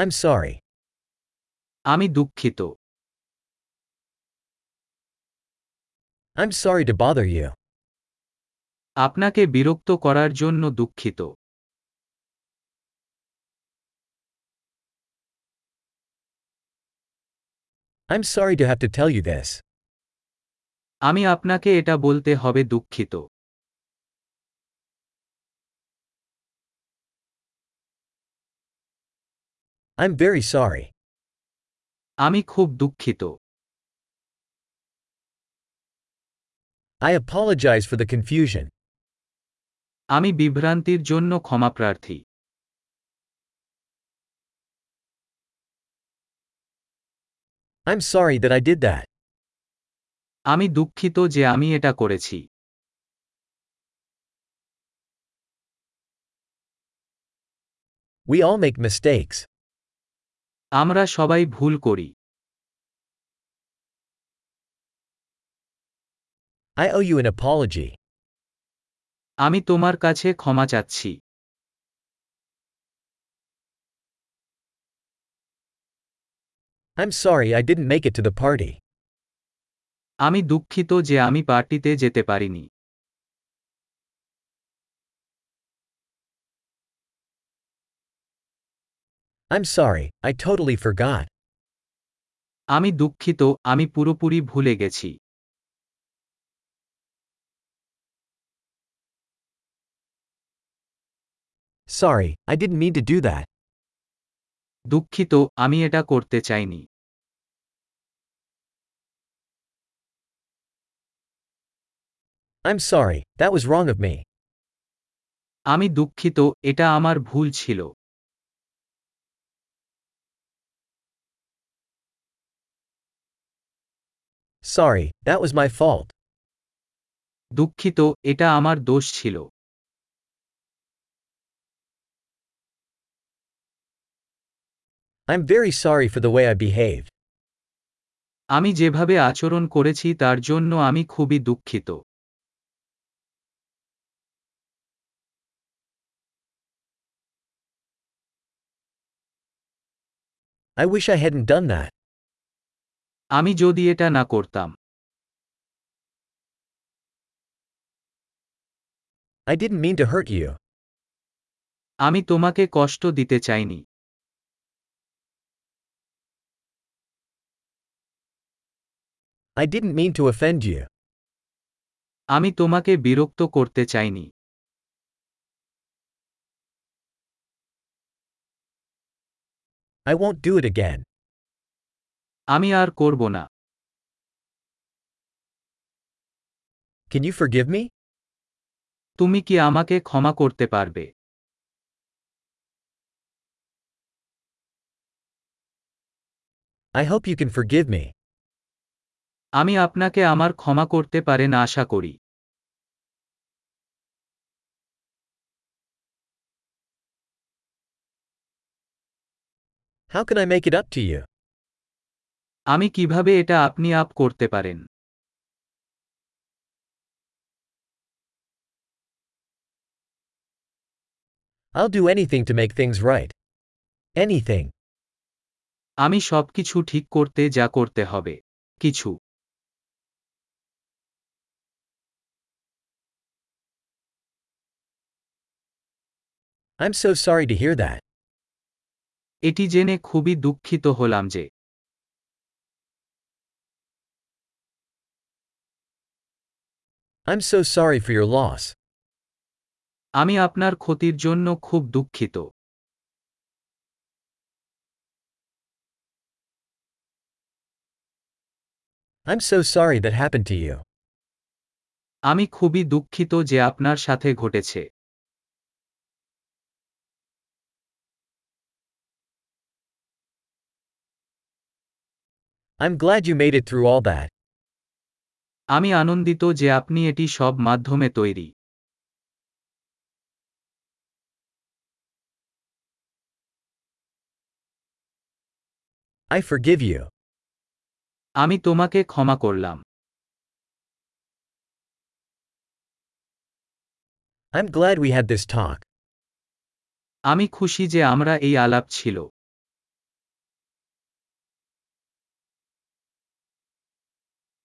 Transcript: I'm sorry. আমি দুঃখিত I'm sorry to bother you. আপনাকে বিরক্ত করার জন্য দুঃখিত I'm sorry to have to tell you this. আমি আপনাকে এটা বলতে হবে দুঃখিত I'm very sorry. আমি খুব দুঃখিত I apologize for the confusion. আমি বিভ্রান্তির জন্য ক্ষমাপ্রার্থী I'm sorry that I did that. আমি দুঃখিত যে আমি এটা করেছি We all make mistakes. আমরা সবাই ভুল করি I owe you an apology. আমি তোমার কাছে ক্ষমা চাচ্ছি I'm sorry I didn't make it to the party. আমি দুঃখিত যে আমি পার্টিতে যেতে পারিনি I'm sorry, I totally forgot. আমি দুঃখিত আমি পুরোপুরি ভুলে গেছি Sorry, I didn't mean to do that. দুঃখিত আমি এটা করতে চাইনি I'm sorry, that was wrong of me. আমি দুঃখিত এটা আমার ভুল ছিল Sorry, that was my fault. দুঃখিত এটা আমার দোষ ছিল I'm very sorry for the way I behaved. আমি যেভাবে আচরণ করেছি তার জন্য আমি খুবই দুঃখিত I wish I hadn't done that. আমি যদি এটা না করতাম I didn't mean to hurt you. আমি তোমাকে কষ্ট দিতে চাইনি I didn't mean to offend you. আমি তোমাকে বিরক্ত করতে চাইনি I won't do it again. আমি আর করব না Can you forgive me? তুমি কি আমাকে ক্ষমা করতে পারবে I hope you can forgive me. আমি আপনাকে আমার ক্ষমা করতে পারেন আশা করি How can I make it up to you? আমি কিভাবে এটা আপনি আপ করতে পারেন I'll do anything to make things right. Anything. আমি সবকিছু ঠিক করতে যা করতে হবে কিছু I'm so sorry to hear that. এটি জেনে খুবই দুঃখিত হলাম যে I'm so sorry for your loss. আমি আপনার ক্ষতির জন্য খুব দুঃখিত I'm so sorry that happened to you. আমি খুবই দুঃখিত যে আপনার সাথে ঘটেছে I'm glad you made it through all that. আমি আনন্দিত যে আপনি এটি সব মাধ্যমে তৈরি I forgive you. আমি তোমাকে ক্ষমা করলাম I'm glad we had this talk. আমি খুশি যে আমরা এই আলাপ ছিল